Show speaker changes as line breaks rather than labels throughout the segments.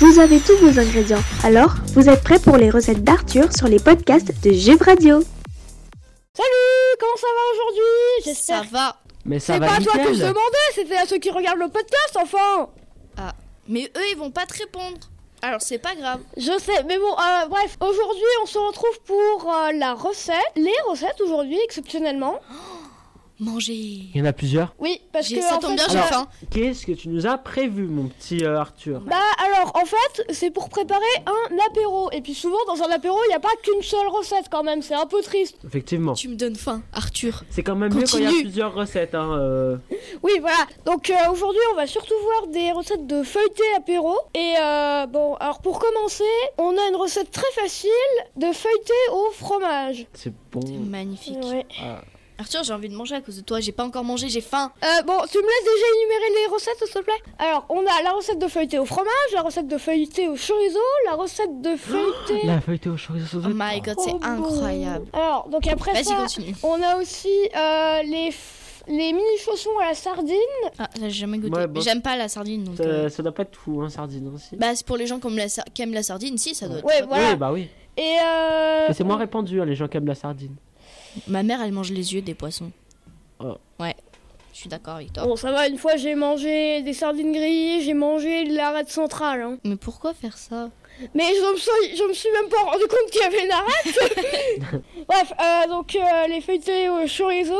Vous avez tous vos ingrédients, alors vous êtes prêts pour les recettes d'Arthur sur les podcasts de Jube Radio.
Salut, comment ça va aujourd'hui
Ça
J'espère.
va.
Mais ça
C'est
va
pas à toi que je
nickel.
demandais, c'était à ceux qui regardent le podcast, enfin.
Mais eux, ils vont pas te répondre. Alors c'est pas grave.
Je sais, mais bon, euh, bref, aujourd'hui on se retrouve pour euh, la recette, les recettes aujourd'hui exceptionnellement.
Manger.
Il y en a plusieurs.
Oui, parce
J'ai-
que
Ça
en
tombe
fait,
bien, j'ai
alors-
faim.
Qu'est-ce que tu nous as prévu, mon petit euh, Arthur
Bah alors, en fait, c'est pour préparer un apéro. Et puis souvent, dans un apéro, il n'y a pas qu'une seule recette quand même, c'est un peu triste.
Effectivement.
Tu me donnes faim, Arthur.
C'est quand même mieux quand il y
Continue.
a plusieurs recettes. Hein, euh.
Oui, voilà. Donc euh, aujourd'hui, on va surtout voir des recettes de feuilleté apéro. Et euh, bon, alors pour commencer, on a une recette très facile de feuilleté au fromage.
C'est
C'est
bon.
magnifique.
Ouais.
Ah.
Arthur, j'ai envie de manger à cause de toi. J'ai pas encore mangé, j'ai faim.
Euh, bon, tu me laisses déjà énumérer les recettes, s'il te plaît Alors, on a la recette de feuilleté au fromage, la recette de feuilleté au chorizo, la recette de feuilleté...
La feuilleté au chorizo
Oh my god,
Oh, bon.
c'est incroyable.
Alors, donc après
Vas-y,
ça,
continue.
on a aussi euh, les, f- les mini-chaussons à la sardine.
Ah, là, j'ai jamais goûté.
Ouais, bon.
Mais J'aime pas la sardine donc. euh,
Ça, ça doit pas être fou, hein, sardine aussi.
Bah, c'est pour les gens qui aiment la, sa- qui aiment la sardine, si, ça doit être.
Ouais, voilà.
Oui, bah oui.
Et... Euh...
Mais c'est moins répandu, hein, les gens qui aiment la sardine.
Ma mère, elle mange les yeux des poissons.
Oh.
Ouais. Je suis d'accord avec toi.
Ah Bon, ça va, une fois j'ai mangé des sardines grillées, j'ai mangé de l'arête centrale. hein.
Mais pourquoi faire ça
Mais je me, suis, je me suis même pas rendu compte qu'il y avait une arête. Bref, euh, donc euh, les feuilletés au chorizo,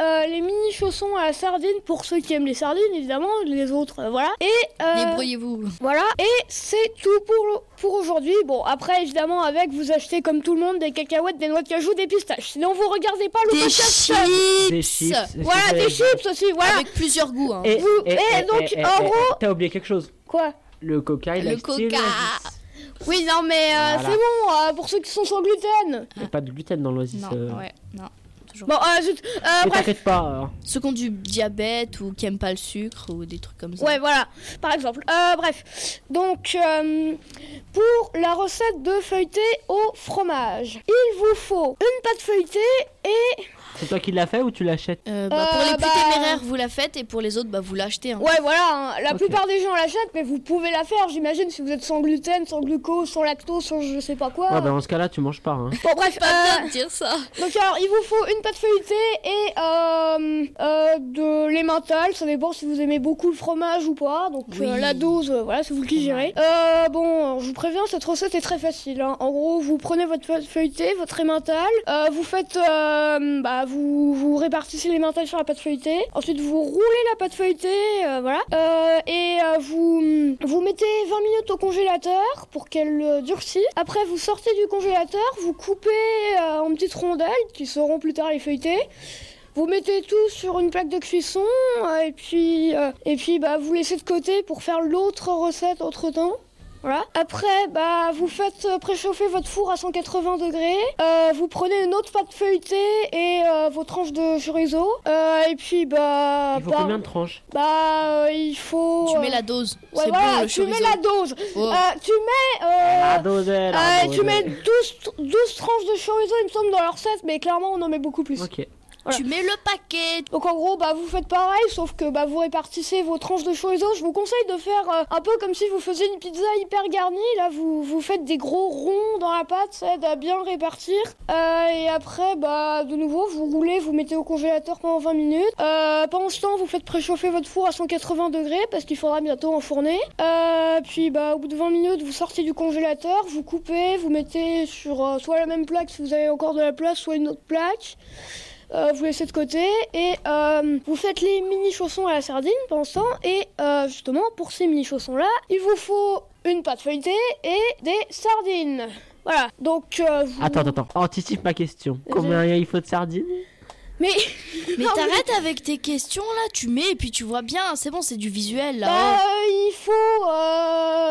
euh, les mini chaussons à la sardine pour ceux qui aiment les sardines évidemment, les autres euh, voilà. Et euh,
Débrouillez-vous.
voilà. Et c'est tout pour le- pour aujourd'hui. Bon après évidemment avec vous achetez comme tout le monde des cacahuètes, des noix de cajou, des pistaches. Sinon vous regardez pas le
Des
podcast.
chips.
Des chips. est-ce que
Voilà
t'as-
des chips aussi. Voilà.
Avec plusieurs goûts. Hein.
Et,
Vous-
et-
eh,
et-
donc,
et-
en
et-
gros-
T'as oublié quelque chose.
Quoi
Le coca, il
Le
a accepté
coca.
l'oasis.
Oui non mais euh,
Voilà.
c'est bon euh, pour ceux qui sont sans gluten.
Il n'y a pas de gluten dans l'oasis.
Non,
euh.
ouais, non. Toujours.
Bon euh, zut. Euh,
Mais
bref.
t'inquiète pas. hein.
Ceux qui ont du diabète ou qui aiment pas le sucre ou des trucs comme ça.
Ouais, voilà, par exemple. Euh, bref, donc, euh, pour la recette de feuilleté au fromage, il vous faut une pâte feuilletée et...
C'est toi qui l'as fait ou tu l'achètes
Euh, bah, pour
Euh,
les plus
bah-
téméraires, vous la faites et pour les autres, bah, vous l'achetez. hein.
Ouais, voilà, hein, la
Ok.
plupart des gens l'achètent, mais vous pouvez la faire, j'imagine, si vous êtes sans gluten, sans glucose, sans lactose, sans je sais pas quoi.
Ouais, bah dans ce cas-là, tu manges pas. hein.
Bon, bref,
Pas
euh,
bien de dire ça.
donc alors, il vous faut une pâte feuilletée et euh, euh, de l'emmental, ça dépend si vous aimez beaucoup le fromage ou pas, donc euh,
Oui.
la dose, euh, voilà, c'est vous qui gérez. Euh, bon, je vous préviens, cette recette est très facile. hein. En gros, vous prenez votre pâte feuilletée, votre emmental, euh, vous faites, euh, bah, vous, vous répartissez l'emmental sur la pâte feuilletée, ensuite vous roulez la pâte feuilletée, euh, voilà, Euh, et euh, vous, vous mettez 20 minutes au congélateur pour qu'elle euh, durcisse. Après, vous sortez du congélateur, vous coupez euh, en petites rondelles qui seront plus tard les feuilletées. Vous mettez tout sur une plaque de cuisson euh, et puis euh, et puis bah vous laissez de côté pour faire l'autre recette entre temps. Voilà. Après, bah, vous faites euh, préchauffer votre four à 180 degrés. Euh, vous prenez une autre pâte feuilletée et euh, vos tranches de chorizo. Euh, et puis, bah,
Il faut
bah,
combien de tranches
bah, euh, il faut.
Tu
euh,
mets la dose.
Ouais,
c'est
voilà,
bon le
tu
chorizo.
mets la dose.
Oh.
Euh, tu mets. euh,
La doselle,
euh,
la
tu
doselle.
mets 12, 12 tranches de chorizo, il me semble, dans leur set, mais clairement, on en met beaucoup plus.
Ok.
voilà.
Tu mets le paquet.
Donc en gros, bah vous faites pareil, sauf que bah vous répartissez vos tranches de chorizo. Je vous conseille de faire euh, un peu comme si vous faisiez une pizza hyper garnie. Là, vous vous faites des gros ronds dans la pâte, ça aide à bien le répartir. Euh, et après, bah de nouveau, vous roulez, vous mettez au congélateur pendant 20 minutes. Euh, pendant ce temps, vous faites préchauffer votre four à 180 degrés parce qu'il faudra bientôt enfourner. Euh, puis bah au bout de 20 minutes, vous sortez du congélateur, vous coupez, vous mettez sur euh, soit la même plaque si vous avez encore de la place, soit une autre plaque. Euh, vous laissez de côté et euh, vous faites les mini chaussons à la sardine pendant ce temps et euh, justement pour ces mini chaussons là il vous faut une pâte feuilletée et des sardines voilà donc euh, vous-
Attends, attends, attends. Anticipe ma question. Combien il faut de sardines
mais
Mais
Non, mais-
t'arrêtes avec tes questions là. Tu mets et puis tu vois bien. C'est bon, c'est du visuel
bah,
là.
euh, il faut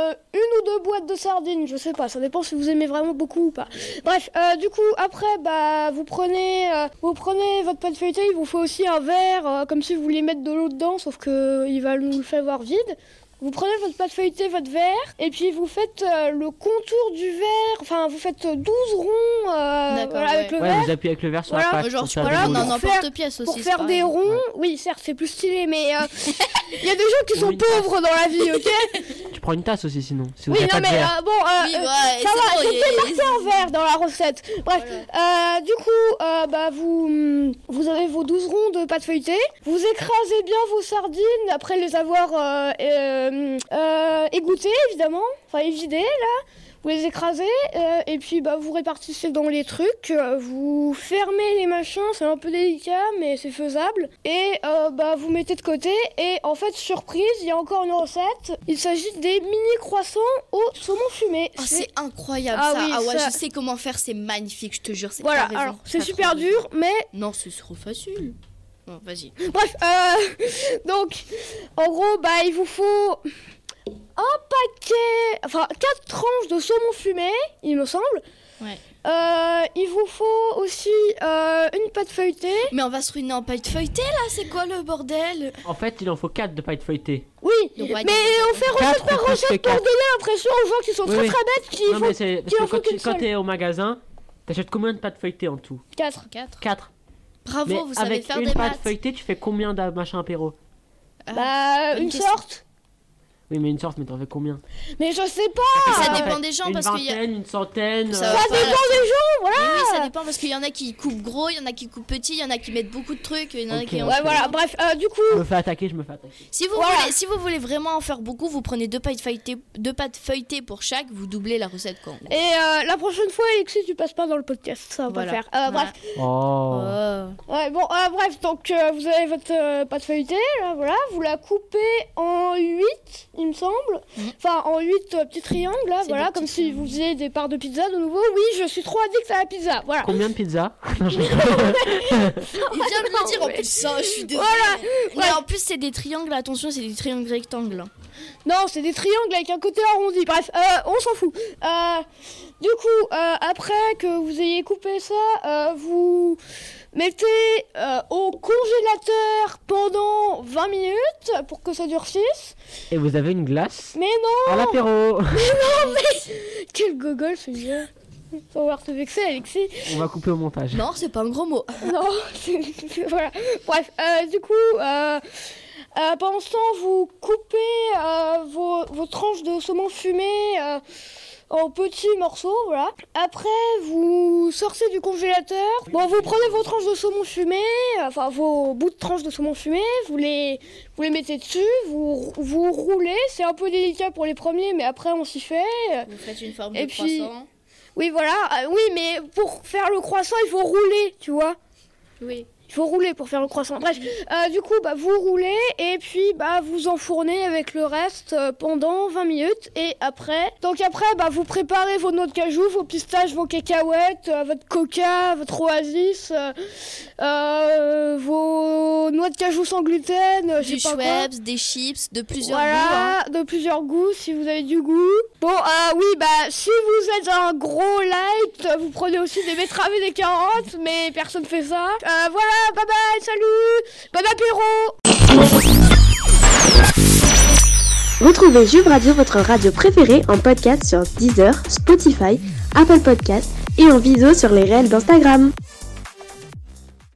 euh, une ou deux boîtes de sardines je sais pas ça dépend si vous aimez vraiment beaucoup ou pas bref euh, du coup après bah vous prenez euh, vous prenez votre pâte feuilletée euh, il vous faut aussi un verre euh, comme si vous vouliez mettre de l'eau dedans sauf que il va nous le faire voir vide Vous prenez votre pâte feuilletée, votre verre, et puis vous faites euh, le contour du verre. Enfin, vous faites euh, 12 ronds euh,
D'accord,
voilà, avec
ouais.
le verre.
Ouais, vous appuyez avec le verre sur
Voilà,
la
Euh,
pâte.
Genre,
pour
tu
faire
peux le
des
voilà,
prendre
ronds.
dans
pour faire-
n'importe pièce aussi.
pour
c'est
faire
pareil.
des ronds. Oui, certes, c'est plus stylé, mais euh, il y a des gens qui sont
Oui.
pauvres dans la vie, ok
Tu prends une tasse aussi sinon. Si vous
Oui,
avez
non,
pas de
mais
verre.
euh, bon, euh,
Oui,
euh,
ouais,
ça va,
c'est bon,
je
il y a-
un verre dans la recette. Bref, euh, du coup, euh, bah, vous, hum, vous avez vos 12 ronds de pâte feuilletée, vous écrasez bien vos sardines après les avoir euh, euh, euh, égouttées, évidemment, enfin évidées, là. Vous les écrasez euh, et puis bah, vous répartissez dans les trucs, euh, vous fermez les machins, c'est un peu délicat mais c'est faisable. Et euh, bah, vous mettez de côté et en fait surprise, il y a encore une recette. Il s'agit des mini croissants au saumon fumé.
Ah,
C'est-
c'est incroyable
Ah
ça.
oui,
ah ouais,
ça-
je sais comment faire, c'est magnifique, je te jure. c'est-
Voilà,
t'as raison,
alors c'est
t'as
super
trop raison.
dur, mais
Non, c'est trop facile. Bon, vas-y.
bref, euh, donc en gros, bah il vous faut un paquet, enfin quatre tranches de saumon fumé, il me semble.
Ouais.
Euh, il vous faut aussi euh, une pâte feuilletée.
Mais on va se ruiner en pâte feuilletée là, c'est quoi le bordel
En fait, il en faut 4 de pâte feuilletée.
Oui,
Donc,
mais
ouais,
on fait recette
4
par recette pour donner l'impression aux gens qui sont
Oui,
très
oui.
très bêtes qui
Non,
font
mais c'est parce
qu'il en
que
faut
quand tu
qu'une seule.
quand t'es au magasin, t'achètes combien de pâtes feuilletées en tout
4.
4.
4.
Bravo,
Mais
vous savez
avec
faire
une
des
pâte
maths.
feuilletée, tu fais combien d'un machin apéro
Ah,
Bah,
bonne
une
question.
sorte.
Oui, mais une sorte, mais t'en fais combien
Mais je sais pas,
Ah, Ça
En fait,
dépend des gens,
une
parce qu'il y a-
vingtaine, Une centaine,
Ça
euh,
va
ça
pas, là.
dépend des gens.
Mais oui, ça dépend parce qu'il y en a qui coupent gros, il y en a qui coupent petit, il y en a qui mettent beaucoup de trucs, il y en a
Ok.
qui. en-
Ouais,
Ouais, voilà, bref, euh, du coup,
je me fais attaquer, je me fais attaquer.
Si vous
Voilà.
voulez, si vous voulez vraiment en faire beaucoup, vous prenez deux pâtes feuilletées, deux pâtes feuilletées pour chaque, vous doublez la recette quand.
et euh, la prochaine fois, Alexis, tu passes pas dans le podcast, ça va
Voilà.
pas le faire. Euh, Bref,
Oh.
Voilà. Oh.
Ouais, bon, euh, bref, donc euh, vous avez votre euh, pâte feuilletée, là, voilà, vous la coupez en 8, il me semble.
Mhm.
Enfin, en 8 petits triangles, là,
C'est
voilà,
des
comme
petits
si
triangles.
vous faisiez des parts de pizza de nouveau. Oui, je suis trop addict à la pizza, voilà.
Combien de pizzas
Il vient de me dire en
mais-
plus ça, je suis désolée.
Voilà
Mais en plus c'est des triangles, attention, c'est des triangles rectangles. hein.
Non, c'est des triangles avec un côté arrondi, bref, euh, on s'en fout. Euh, du coup, euh, après que vous ayez coupé ça, euh, vous mettez euh, au congélateur pendant 20 minutes pour que ça durcisse.
Et vous avez une glace
Mais
à l'apéro
Quel gogol celui-là Faut voir se vexer Alexis.
On va couper au montage.
Non, c'est pas un gros mot.
Non, c'est- voilà. Bref, euh, du coup, euh, euh, pendant ce temps, vous coupez euh, vos, vos tranches de saumon fumé euh, en petits morceaux, voilà. Après, vous sortez du congélateur. Bon, vous prenez vos tranches de saumon fumé, euh, enfin vos bouts de tranches de saumon fumé, vous les, vous les mettez dessus, vous, vous roulez. C'est un peu délicat pour les premiers, mais après on s'y fait.
Vous faites une forme
Et de puis- croissant. Oui, voilà. euh, oui, mais pour faire le croissant, il faut rouler, tu vois.
Oui.
Il faut rouler pour faire le croissant. Bref, euh, du coup, bah, vous roulez et puis bah, vous enfournez avec le reste euh, pendant 20 minutes. Et après, donc après, bah, vous préparez vos noix de cajou, vos pistaches, vos cacahuètes, euh, votre coca, votre oasis, euh, euh, vos noix de cajou sans gluten, euh, je
Du
sais pas quoi.
Schweppes, des chips, de plusieurs goûts. hein.
Voilà, de plusieurs goûts si vous avez du goût. Bon, euh, oui, bah si vous êtes un gros light, euh, vous prenez aussi des betteraves et des carottes, mais personne fait ça. Euh, voilà, bye bye, salut, bon apéro.
Retrouvez Juve Radio, votre radio préférée, en podcast sur Deezer, Spotify, Apple Podcast et en visio sur les réels d'Instagram.